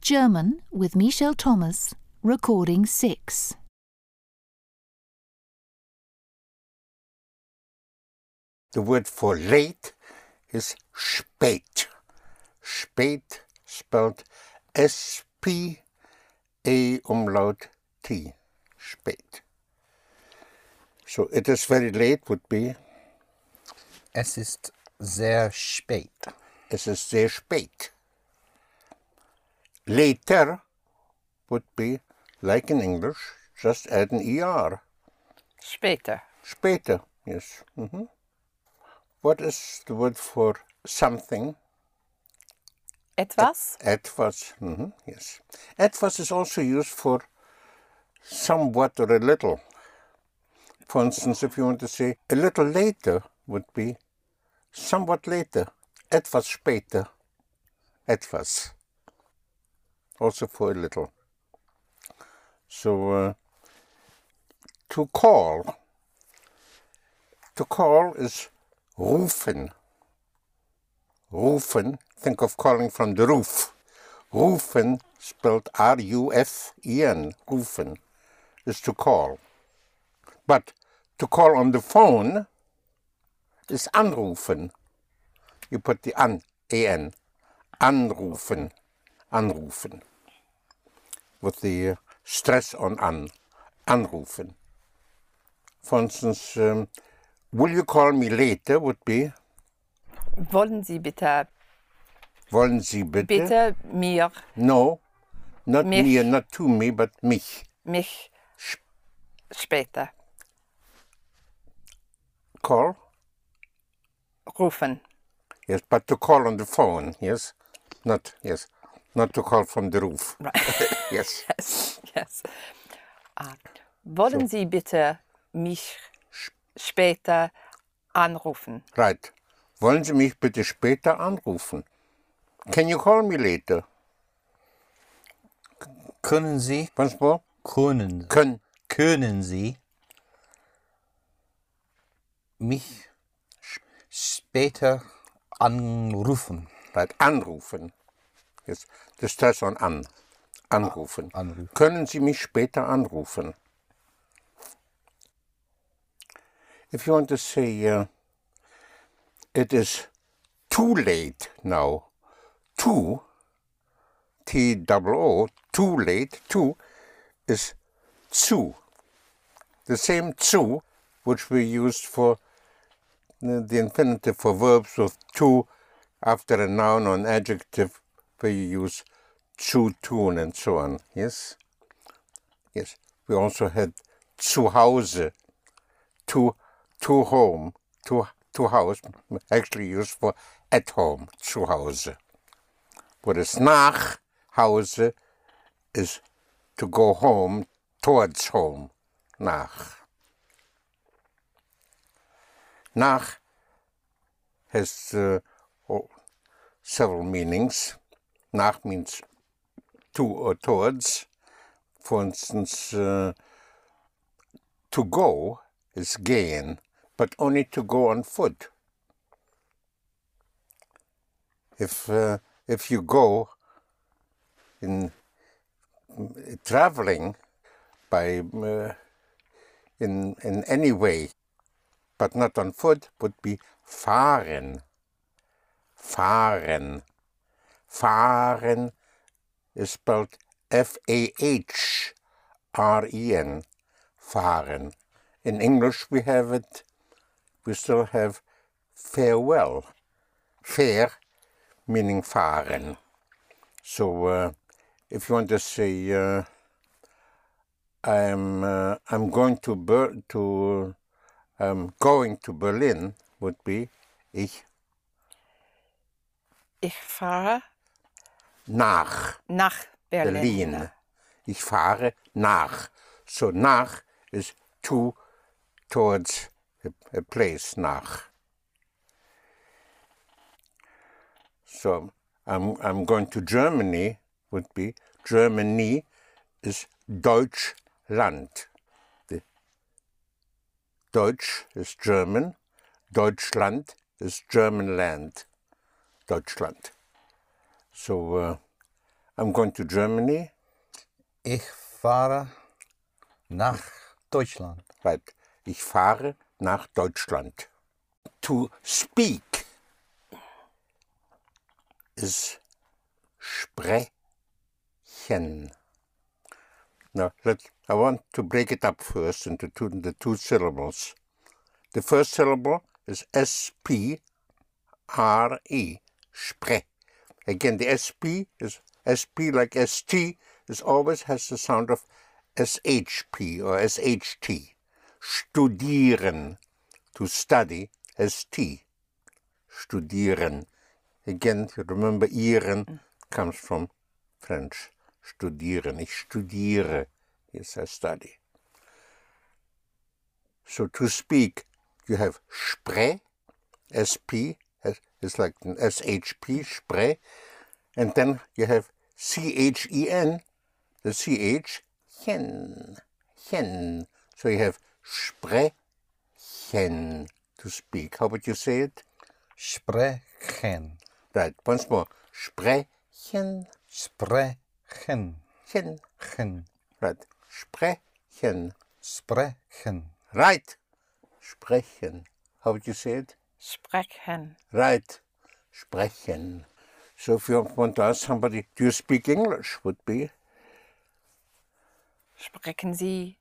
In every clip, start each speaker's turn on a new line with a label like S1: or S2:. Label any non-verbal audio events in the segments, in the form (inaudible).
S1: German with Michel Thomas, Recording 6.
S2: The word for late is spät. Spät spelled S P A umlaut T. Spät. So it is very late would be
S3: Es ist sehr spät.
S2: es ist sehr spät. Later would be like in English, just add an er.
S4: Später.
S2: Später, yes. Mhm. What is the word for something?
S4: Etwas?
S2: Etwas, mhm, yes. Etwas is also used for somewhat or a little. For instance, if you want to say a little later would be somewhat later, etwas später, etwas. Also for a little. So uh, to call. To call is rufen. Rufen, think of calling from the roof. Rufen, spelled R U F E N, rufen, is to call. But to call on the phone is anrufen. You put the an, A N, anrufen, anrufen. With the uh, stress on an, anrufen. For instance, um, will you call me later would be
S4: Wollen Sie bitte,
S2: Wollen Sie bitte?
S4: bitte mir,
S2: No, not
S4: Mich.
S2: me, not to me, but mich.
S4: mich später
S2: Call?
S4: rufen?
S2: Yes, but to call on the phone, yes? Not, yes, not to call from the roof. (laughs) yes,
S4: Yes. Ah, wollen Sie bitte mich später anrufen?
S2: right. Wollen Sie mich bitte später anrufen? Can you call me later?
S3: Können Sie,
S2: Once more?
S3: können,
S2: Können
S3: können Sie mich später anrufen?
S2: Right, anrufen. Yes, the stress on an. Anrufen.
S3: anrufen.
S2: Können Sie mich später anrufen? If you want to say, uh, it is too late now. Too, T double O, too late, too, is zu. The same zu, which we used for the the infinitive for verbs with to after a noun or an adjective where you use zu tun and so on. Yes? Yes. We also had zu Hause, to, to home, to, to house, actually used for at home, zu Hause. What is nach Hause is to go home, towards home, nach. Nach has uh, oh, several meanings. Nach means to or towards. For instance, uh, to go is gehen, but only to go on foot. If uh, if you go in mm, traveling by uh, in in any way, but not on foot, would be fahren. Fahren. Fahren is spelled F A H R E N. Fahren. In English, we have it, we still have farewell. Fair meaning fahren. So uh, if you want to say, uh, I'm, uh, I'm going to, Ber- to um, going to Berlin would be ich
S4: Ich fahre
S2: nach
S4: nach Berlin.
S2: Berlin. Ich fahre nach. So nach is to towards a, a place nach. So I'm I'm going to Germany would be Germany is Deutschland. The- Deutsch is German. Deutschland is German land. Deutschland. So uh, I'm going to Germany.
S3: Ich fahre nach Deutschland.
S2: Right. Ich fahre nach Deutschland. To speak is sprechen. Now, let, I want to break it up first into two, the two syllables. The first syllable is S P R E, spre. Again, the SP is SP like ST is always has the sound of SHP or SHT. Studieren, to study, ST. Studieren. Again, you remember, ihren comes from French. Studieren. Ich studiere. Yes, I study. So to speak, you have spre, sp, is like an shp, spre, and then you have E chen, the ch, chen, chen. So you have sprechen, to speak. How would you say it?
S3: Sprechen.
S2: Right, once more. Sprechen,
S3: Sprechen.
S2: chen.
S3: Chen.
S2: Right, sprechen.
S3: Sprechen.
S2: Right, sprechen. How would you say it?
S4: Sprechen.
S2: Right. Sprechen. So if you want to ask somebody, do you speak English? Would be
S4: Sprechen Sie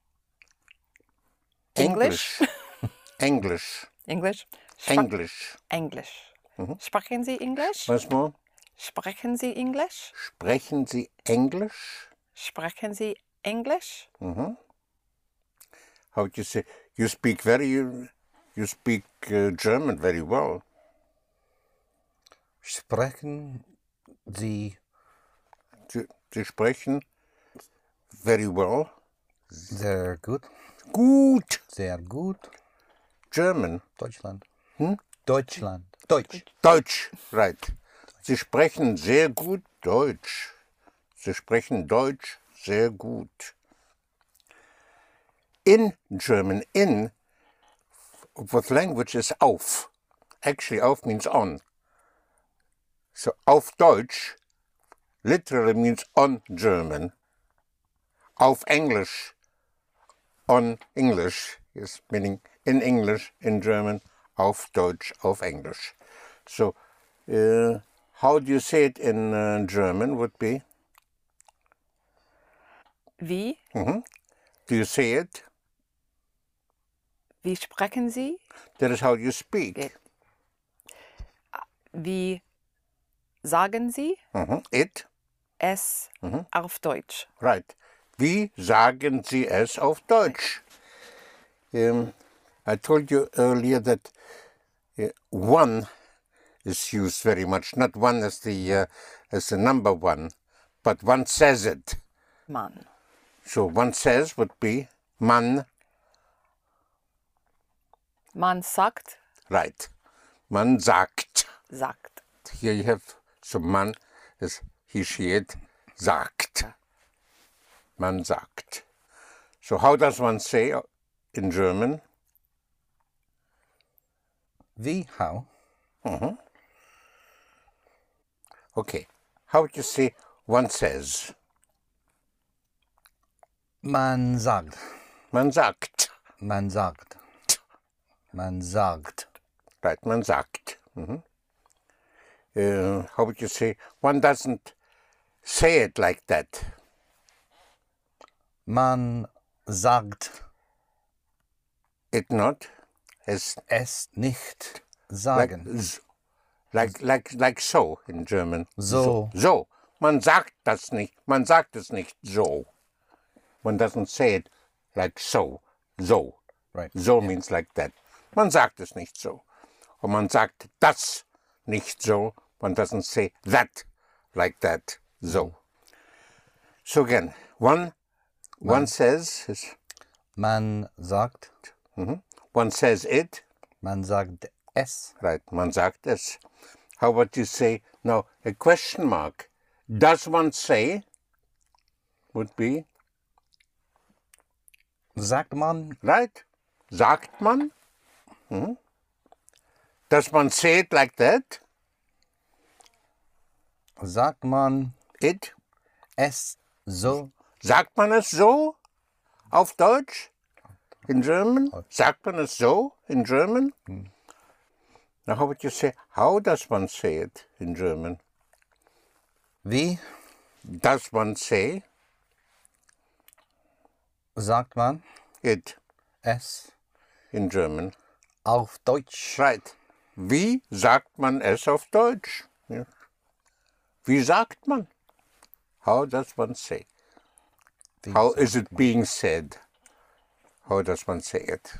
S2: English. (laughs) English.
S4: Englisch? Spre-
S2: English.
S4: Englisch.
S3: mhm.
S4: Sprechen Sie Englisch?
S2: Was more?
S4: Sprechen Sie Englisch?
S2: Sprechen Sie Englisch?
S4: Sprechen Sie Englisch?
S2: Mm-hmm. How would you say? You speak very, you, you speak uh, German very well.
S3: Sprechen Sie,
S2: Sie, Sie sprechen very well.
S3: sehr gut.
S2: Gut
S3: Sehr gut.
S2: German.
S3: Deutschland. Hm? Deutschland. Deutsch.
S2: Deutsch, right. Sie sprechen sehr gut Deutsch. Sie sprechen Deutsch sehr gut. In German, in with language is auf. Actually, auf means on. So auf Deutsch literally means on German. Auf Englisch, on English is meaning in English, in German, auf Deutsch, auf Englisch. So, uh, how do you say it in uh, German? Would be,
S4: Wie?
S2: mm-hmm. do you say it?
S4: Wie sprechen Sie?
S2: That is how you speak.
S4: It. Wie sagen Sie
S2: Mhm. It,
S4: es
S2: Mhm.
S4: auf Deutsch?
S2: right. Wie sagen Sie es auf Deutsch? Um, I told you earlier that uh, one is used very much. Not one as the uh, as the number one, but one says it.
S4: Mann.
S2: So one says would be man,
S4: Man sagt,
S2: right? Man sagt.
S4: sagt.
S2: Here you have so man is he, she, it, sagt. Man sagt. So how does one say in German?
S3: Wie, how?
S2: Okay. How would you say one says?
S3: Man sagt.
S2: Man sagt.
S3: Man sagt. Man sagt.
S2: Right, man sagt. Mhm. Uh, how would you say one doesn't say it like that?
S3: Man sagt
S2: It not? As
S3: es nicht
S2: like,
S3: sagen.
S2: s- like, like, like so in German.
S3: So.
S2: So. Man sagt das nicht. Man sagt es nicht so. One doesn't say it like so. So.
S3: Right.
S2: So means like that. Man sagt es nicht so. Und man sagt das nicht so. One doesn't say that like that.
S3: Mhm.
S2: So. So again, one, one says, is-
S3: Man sagt.
S2: one says it.
S3: Man sagt es.
S2: Right, man sagt es. How about you say now a question mark? Does one say would be
S3: Sagt man
S2: right? Sagt man? Hmm? Does one say it like that?
S3: sagt man
S2: It?
S3: es so.
S2: Sagt man es so auf Deutsch? In German? Sagt man es so in German? Now, how would you say, how does one say it in German?
S3: Wie
S2: Does one say
S3: sagt man
S2: it
S3: es
S2: in German?
S3: auf Deutsch?
S2: Right. Wie sagt man es auf Deutsch? Ja. Wie sagt man? How does one say?
S3: Wie
S2: How is it being said? How does one say it?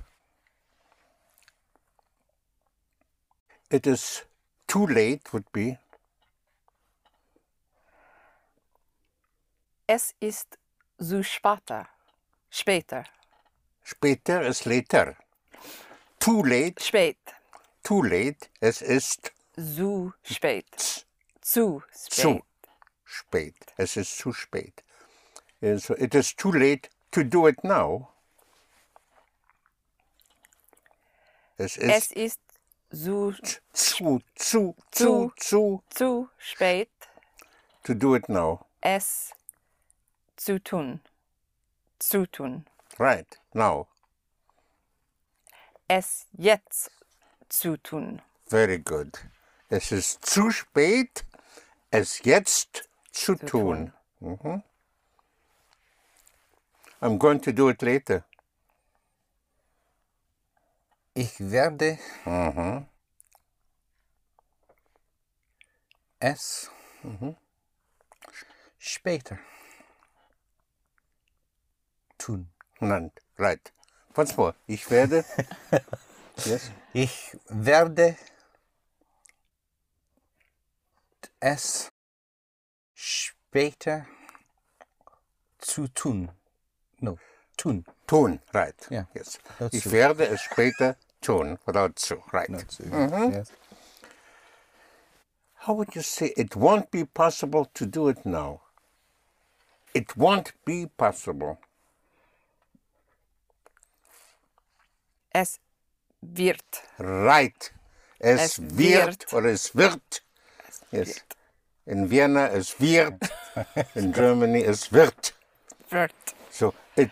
S2: It is too late, would be
S4: Es ist zu später. Später.
S2: später is later. Too late,
S4: Spät.
S2: too late, es ist
S4: Zu spät. Zu
S2: zu
S4: spät.
S2: spät. Es ist zu spät. Uh, So it is too late to do it now. Es ist
S4: Es ist zu,
S2: zu, zu, zu,
S4: zu-
S2: zu,
S4: zu spät,
S2: to do it now.
S4: es zu tun. Zu tun.
S2: Right, now.
S4: Es jetzt zu tun.
S2: Very good. Es ist zu spät, es jetzt zu tun. Mhm. I'm going to do it later.
S3: Ich werde
S2: Mhm.
S3: es
S2: Mhm.
S3: später tun.
S2: Nein, right. Once more. Ich (laughs) werde. yes.
S3: Ich werde es später zu tun. No, tun.
S2: Tun, right.
S3: Ja.
S2: Yes.
S3: Dazu.
S2: Ich werde es später tun. Without zu, right.
S3: Yes.
S2: How would you say it won't be possible to do it now? It won't be possible.
S4: Es wird.
S2: Right. Es,
S4: Es
S2: wird,
S4: wird.
S2: oder es wird. yes.
S4: Wird.
S2: In Vienna es wird. In Germany es wird.
S4: Wird.
S2: So it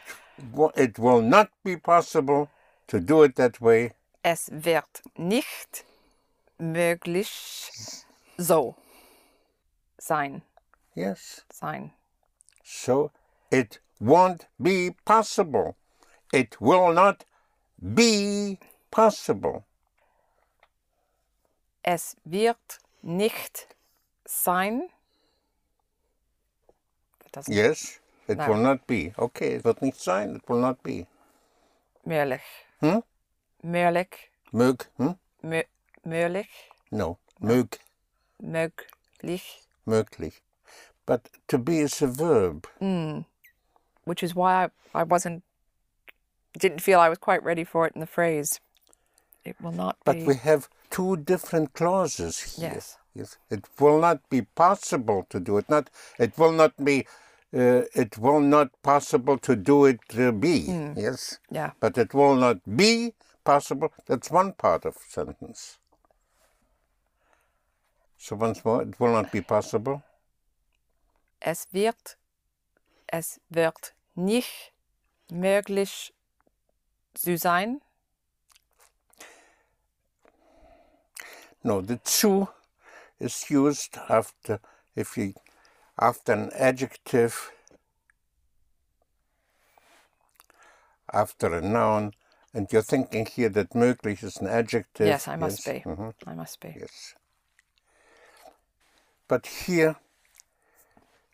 S2: wo- it will not be possible to do it that way.
S4: Es wird nicht möglich so sein.
S2: Yes.
S4: Sein.
S2: So it won't be possible. It will not be possible.
S4: Es wird nicht sein. Das ist
S2: Yes. It
S4: No.
S2: will not be. Okay, it wird nicht sein. It will not be.
S4: möglich.
S2: Hm?
S4: Möglich.
S2: Mög? Hm?
S4: Mö möglich.
S2: No. Mög.
S4: Möglich.
S2: Möglich. But to be is a verb.
S4: Mm. Which is why I, I wasn't, didn't feel I was quite ready for it in the phrase. It will not
S2: But
S4: be.
S2: we have two different clauses here.
S4: Yes.
S2: Yes. It will not be possible to do it. Not. It will not be. Uh, it will not possible to do it. Uh, be. Yes.
S4: yeah.
S2: But it will not be possible. That's one part of sentence. So once more, it will not be possible.
S4: Es wird, es wird nicht möglich zu sein.
S2: No, the zu is used after if you after an adjective, after a noun, and you're thinking here that möglich is an adjective.
S4: Yes, I must be.
S2: mhm,
S4: I must be.
S2: yes. But here,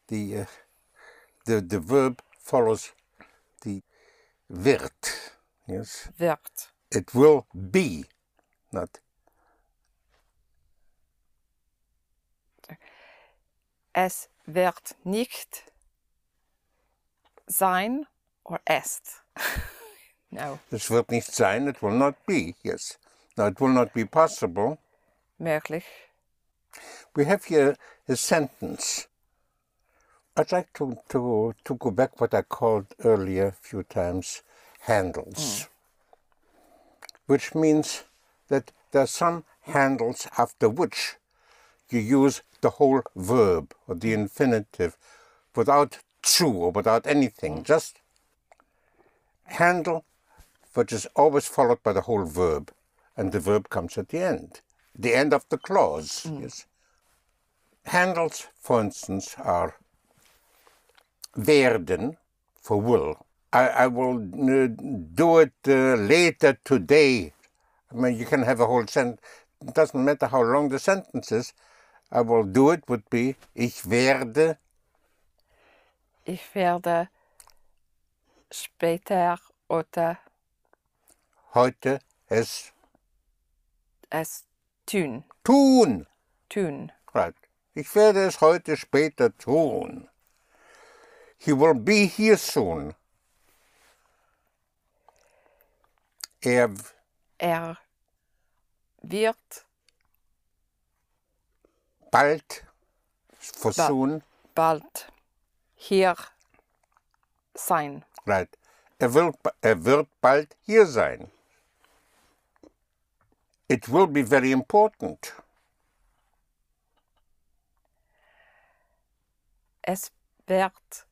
S2: the uh, the the verb follows the wird. Yes,
S4: Wird.
S2: it will be, not
S4: Es wird nicht sein or est. (laughs) no.
S2: Es wird nicht sein, it will not be, yes. Now, it will not be possible.
S4: Möglich.
S2: We have here a sentence. I'd like to, to, to go back what I called earlier a few times handles, which means that there are some handles after which you use the whole verb or the infinitive without to or without anything, just handle, which is always followed by the whole verb, and the verb comes at the end, the end of the clause. Yes. Handles, for instance, are werden for will. I, I will uh, do it uh, later today. I mean, you can have a whole sentence. It doesn't matter how long the sentence is. I will do it would be ich werde
S4: Ich werde später oder
S2: heute es
S4: es tun.
S2: tun.
S4: Tun.
S2: Right. Ich werde es heute später tun. He will be here soon. Er
S4: Er wird
S2: bald, for
S4: Ba-
S2: soon,
S4: bald hier sein.
S2: right. Er, will, er wird bald hier sein. It will be very important.
S4: Es wird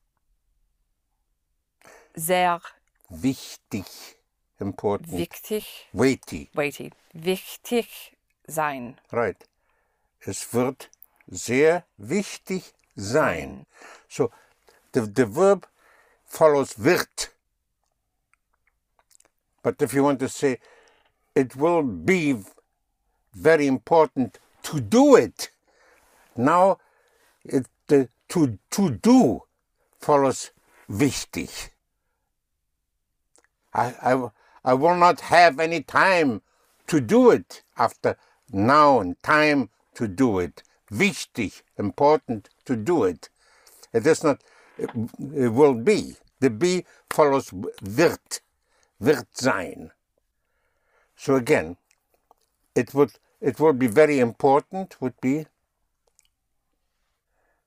S4: sehr
S2: Wichtig. Important.
S4: wichtig,
S2: Weighty.
S4: weighty, wichtig sein.
S2: Right. Es wird sehr wichtig sein. So, the, the verb follows wird. But if you want to say, it will be very important to do it. Now, it, the, to, to do follows wichtig. I, I, I will not have any time to do it after now and time to do it. Wichtig, important to do it. It is not, it, it will be. The be follows wird, wird sein. So again, it would it will be very important would be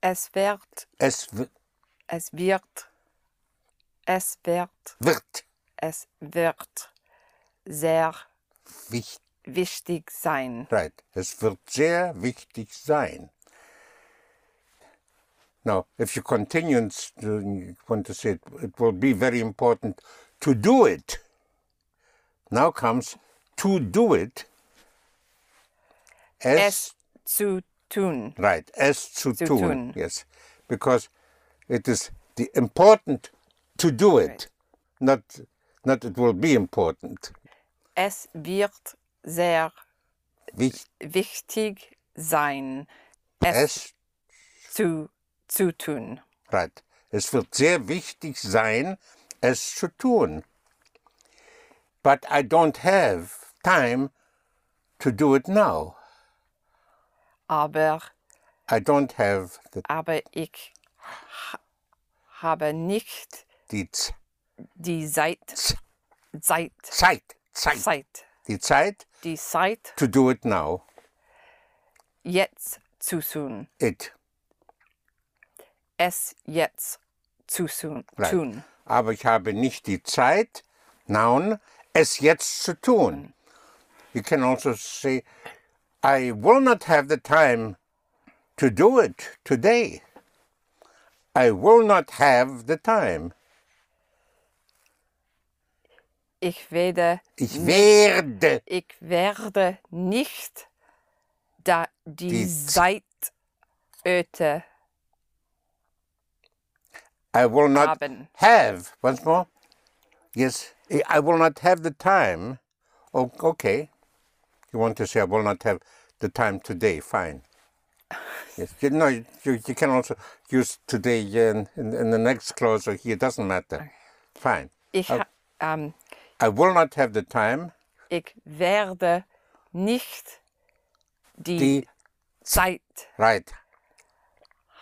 S4: Es wird,
S2: es w-
S4: es wird, es wird,
S2: wird
S4: es wird sehr
S2: wichtig.
S4: wichtig sein.
S2: Right. Es wird sehr wichtig sein. Now, if you continue and s- you want to say it, it will be very important to do it. Now comes to do it.
S4: Es zu tun.
S2: Right, es zu,
S4: Zu
S2: tun.
S4: tun.
S2: Yes, because it is the important to do it, not not it will be important.
S4: Es wird sehr
S2: Wichtig
S4: wichtig sein, es,
S2: es
S4: zu, zu tun.
S2: Right. Es wird sehr wichtig sein, es zu tun. But I don't have time to do it now.
S4: Aber,
S2: I don't have the,
S4: aber ich ha- habe nicht
S2: die Z-
S4: die Zeit,
S2: Z-
S4: Zeit,
S2: Zeit, Zeit,
S4: Zeit,
S2: die Zeit
S4: die Zeit
S2: to do it now.
S4: jetzt zu tun.
S2: It.
S4: Es jetzt zu tun.
S2: Right.
S4: tun.
S2: Aber ich habe nicht die Zeit, noun, es jetzt zu tun. You can also say, I will not have the time to do it today. I will not have the time.
S4: Ich werde,
S2: Ich werde
S4: ich werde nicht da die,
S2: Die Z-
S4: Zeit öte
S2: I will not
S4: Haben.
S2: have. Once more. Yes, I- I will not have the time. Oh, okay. You want to say I will not have the time today? Fine. Yes. You, no, you, you can also use today in, in, in the next clause or here. Doesn't matter. Fine.
S4: Ich, ha- ähm,
S2: I will not have the time.
S4: ich werde nicht die,
S2: The
S4: Zeit
S2: right,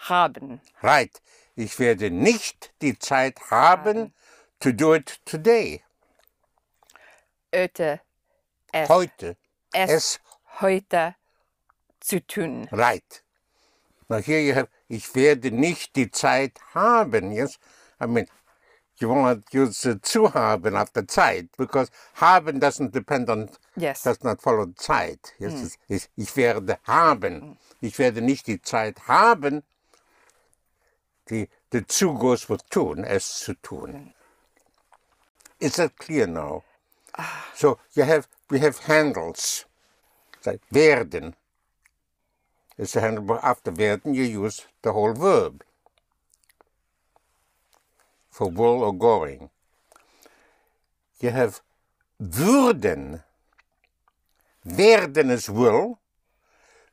S4: haben.
S2: right. Ich werde nicht die Zeit haben to do it today.
S4: Öte es,
S2: Heute.
S4: es,
S2: es
S4: heute zu tun.
S2: Right. Now here you have, ich werde nicht die Zeit haben, yes? I mean, you will not use the zu haben after Zeit, because haben doesn't depend on,
S4: Yes.
S2: does not follow Zeit. Yes, it's, it's, ich werde haben. Ich werde nicht die Zeit haben. Die, The two goes with tun, as to tun. Is that clear now? so you have we have handles. Like werden is the handle, but after werden you use the whole verb for will or going. You have würden. Werden is will.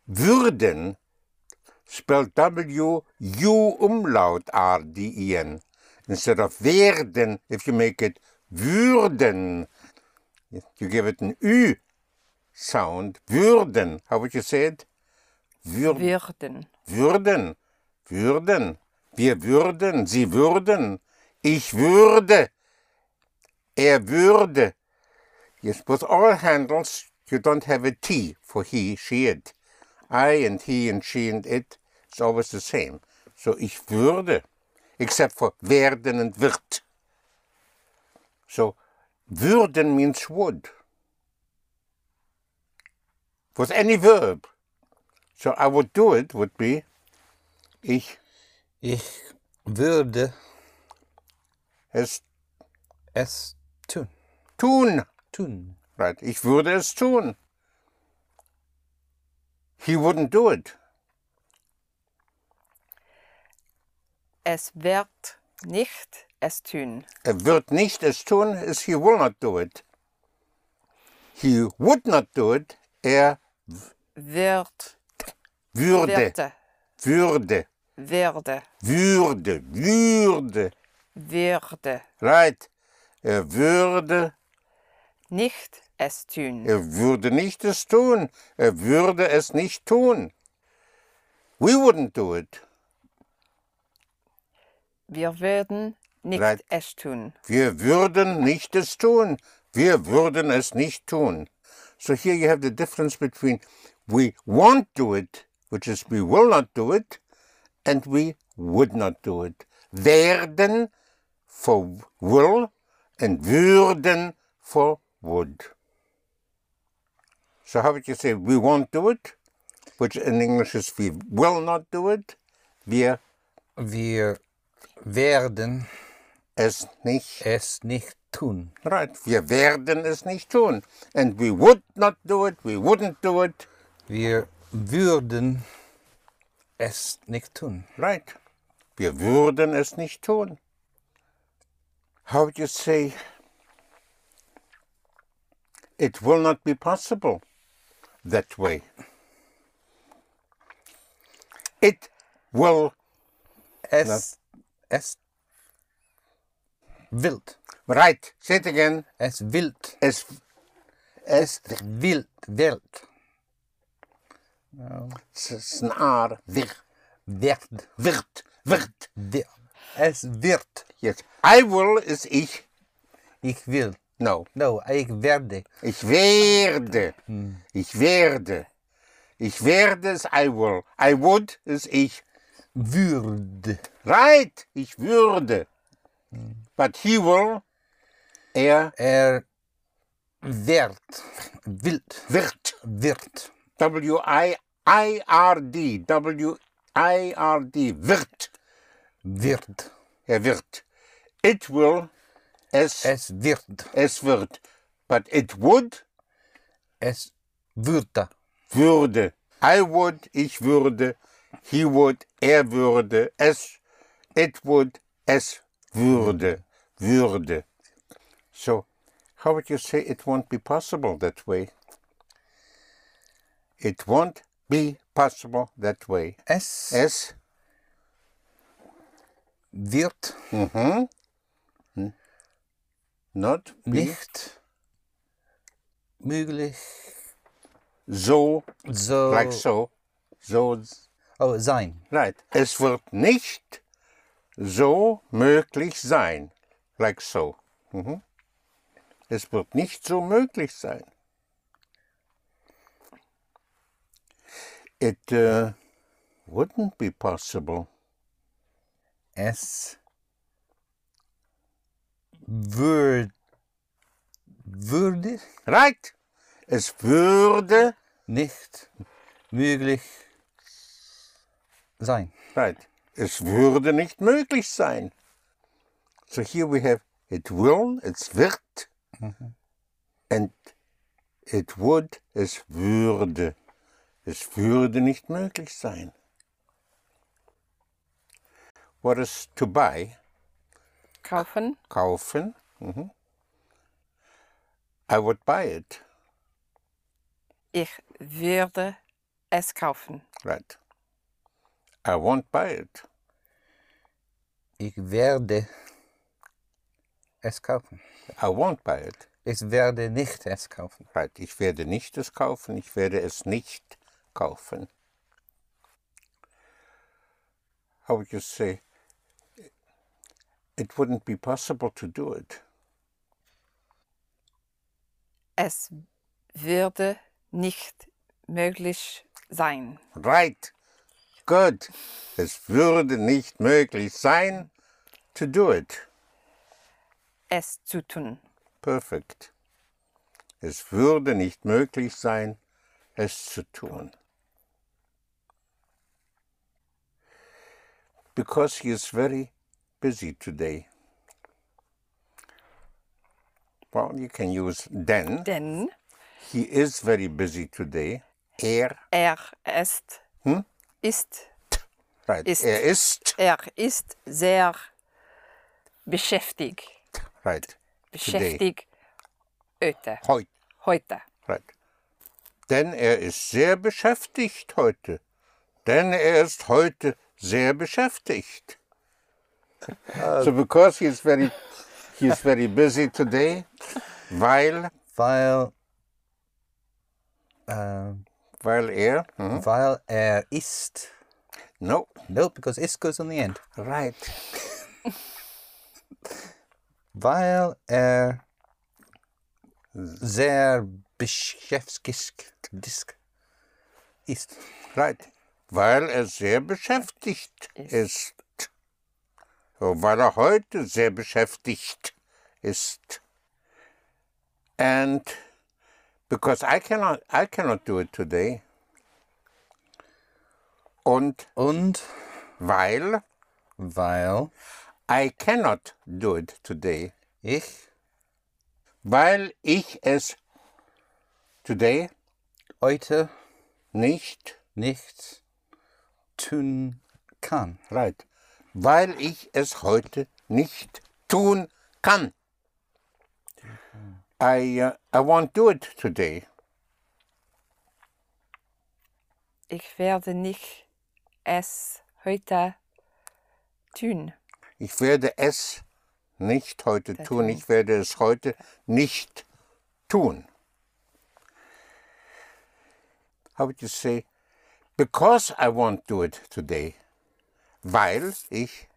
S2: Würden spelled W U umlaut R D E N instead of werden. If you make it würden, you give it an U sound. Würden. How would you say it? Würden.
S4: Werden.
S2: würden, würden, wir würden, sie würden, ich würde, er würde. Yes, with all handles, you don't have a T for he, she, it. I and he and she and it, it's always the same. So ich würde, except for werden and wird. So würden means would. With any verb. So I would do it would be ich
S3: Ich würde
S2: es
S3: es tun.
S2: tun.
S3: Tun.
S2: Right. Ich würde es tun. He wouldn't do it.
S4: Es wird nicht es tun.
S2: Er wird nicht es tun, is he will not do it. He would not do it. Er
S4: Wird.
S2: würde,
S4: Werte.
S2: würde,
S4: Werde.
S2: würde, würde.
S4: Werde.
S2: Right. Er würde,
S4: Nicht es tun.
S2: er würde nicht es tun. Er würde es nicht tun. We wouldn't do it.
S4: Wir werden nicht
S2: Right.
S4: es tun.
S2: Wir würden nicht es tun. Wir würden es nicht tun. So here you have the difference between we won't do it, which is we will not do it, and we would not do it. Werden for will and würden for would. So how would you say we won't do it, which in English is we will not do it, wir
S3: Wir werden
S2: es nicht
S3: es nicht tun.
S2: Right. Wir werden es nicht tun. And we would not do it, we wouldn't do it.
S3: Wir würden es nicht tun.
S2: Right. Wir würden es nicht tun. How would you say? It will not be possible that way. It will,
S3: Es, es wild.
S2: right, say it again.
S3: Es wild.
S2: Es,
S3: Es wild. Welt.
S2: es ein R, wird,
S3: Werd.
S2: wird, wird.
S3: Wer. Es wird.
S2: Yes. I will is ich,
S3: Ich will.
S2: no.
S3: No, ich werde.
S2: Ich werde. Ich werde. Ich werde es I will. I would is ich.
S3: Würde.
S2: Right. Ich würde. But he will. Er
S3: Er wird. Wild.
S2: wird.
S3: Wird.
S2: W-I-I-R-D. W-I-R-D. Wird.
S3: Wird.
S2: Er wird. It will. Es. Es,
S3: Es wird.
S2: wird. But it would.
S3: Es würde.
S2: Würde. I would. Ich würde. He would. Er würde. Es. it would, es würde, würde. So, how would you say it won't be possible that way? It won't be possible that way.
S3: Es
S2: Es
S3: wird
S2: mhm. not be
S3: nicht möglich
S2: so,
S3: so,
S2: like so, so,
S3: Oh, sein.
S2: right. Es wird nicht so möglich sein, like so. Mhm. Es wird nicht so möglich sein. It uh, wouldn't be possible.
S3: Es würd, würde
S2: Right. Es würde.
S3: nicht möglich sein.
S2: Right. Es würde nicht möglich sein. So here we have it will, it's wird, and it would, es würde. Es würde nicht möglich sein. What is to buy?
S4: Kaufen.
S2: Kaufen. Mhm. I would buy it.
S4: Ich würde es kaufen.
S2: Right. I won't buy it.
S3: Ich werde es kaufen.
S2: I won't buy it.
S3: Ich werde nicht es kaufen.
S2: Right. Halt, Ich werde nicht es kaufen. Ich werde es nicht kaufen. How would you say? It wouldn't be possible to do it.
S4: Es würde nicht möglich sein.
S2: Right. Good. Es würde nicht möglich sein, to do it.
S4: es zu tun.
S2: Perfect. Es würde nicht möglich sein, es zu tun. Because he is very busy today. Well, you can use then.
S4: Denn
S2: He is very busy today. Er,
S4: er ist,
S2: Hm?
S4: ist,
S2: right,
S4: Ist.
S2: er ist,
S4: er ist sehr beschäftigt.
S2: right,
S4: Beschäftigt heute.
S2: heute,
S4: heute.
S2: right. Denn er ist sehr beschäftigt heute. Denn er ist heute sehr beschäftigt. so because he is very, he is very busy today, weil,
S3: Weil, ähm,
S2: weil er, hm?
S3: weil er ist.
S2: no,
S3: Nope, because is goes on the end.
S2: right,
S3: Weil er sehr beschäftigt disk- ist.
S2: right, weil er sehr beschäftigt ist. So, weil er heute sehr beschäftigt ist. And because I cannot, I cannot do it today. Und
S3: Und
S2: weil
S3: weil
S2: I cannot do it today.
S3: ich
S2: Weil ich es today
S3: heute
S2: nicht,
S3: nicht tun kann.
S2: right, weil ich es heute nicht tun kann. I, uh, I won't do it today.
S4: Ich werde nicht es heute tun.
S2: Ich werde es nicht heute tun. Ich werde es heute nicht tun. How would you say? Because I won't do it today. Weil ich,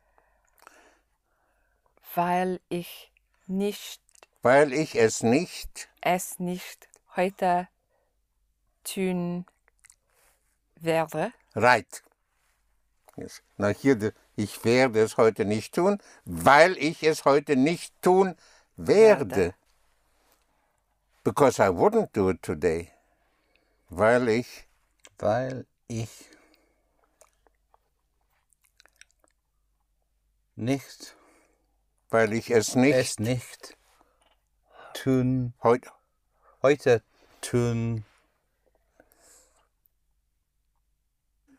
S4: weil ich nicht
S2: weil ich es nicht
S4: es nicht heute tun werde.
S2: right. Yes. Na hier, de- ich werde es heute nicht tun, weil ich es heute nicht tun werde. Because I wouldn't do it today. Weil ich
S3: weil ich nicht
S2: weil ich es nicht
S3: es nicht tun
S2: heute
S3: heute tun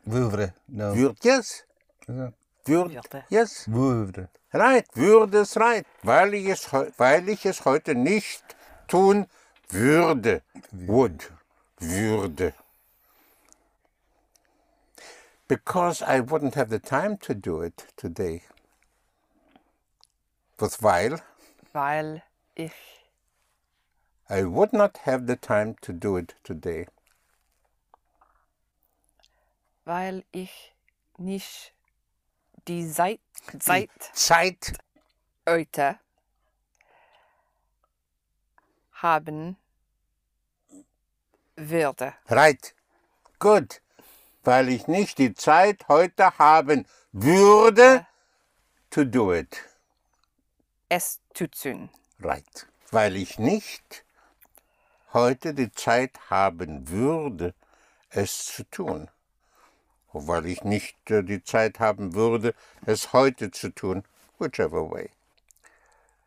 S3: würde no
S2: würde yes, würde
S4: Würde.
S2: yes,
S3: würde
S2: right, würde es right, weil ich es heu- weil ich es heute nicht tun würde, would, würde. Because I wouldn't have the time to do it today. With weil
S4: Weil ich
S2: I would not have the time to do it today.
S4: weil ich nicht die Zeit, Zeit
S2: Zeit
S4: heute haben würde.
S2: Right. Gut. Weil ich nicht die Zeit heute haben würde, to do it.
S4: Es zu tun.
S2: Right. Weil ich nicht heute die Zeit haben würde, es zu tun. weil ich nicht äh, die Zeit haben würde, es heute zu tun, whichever way.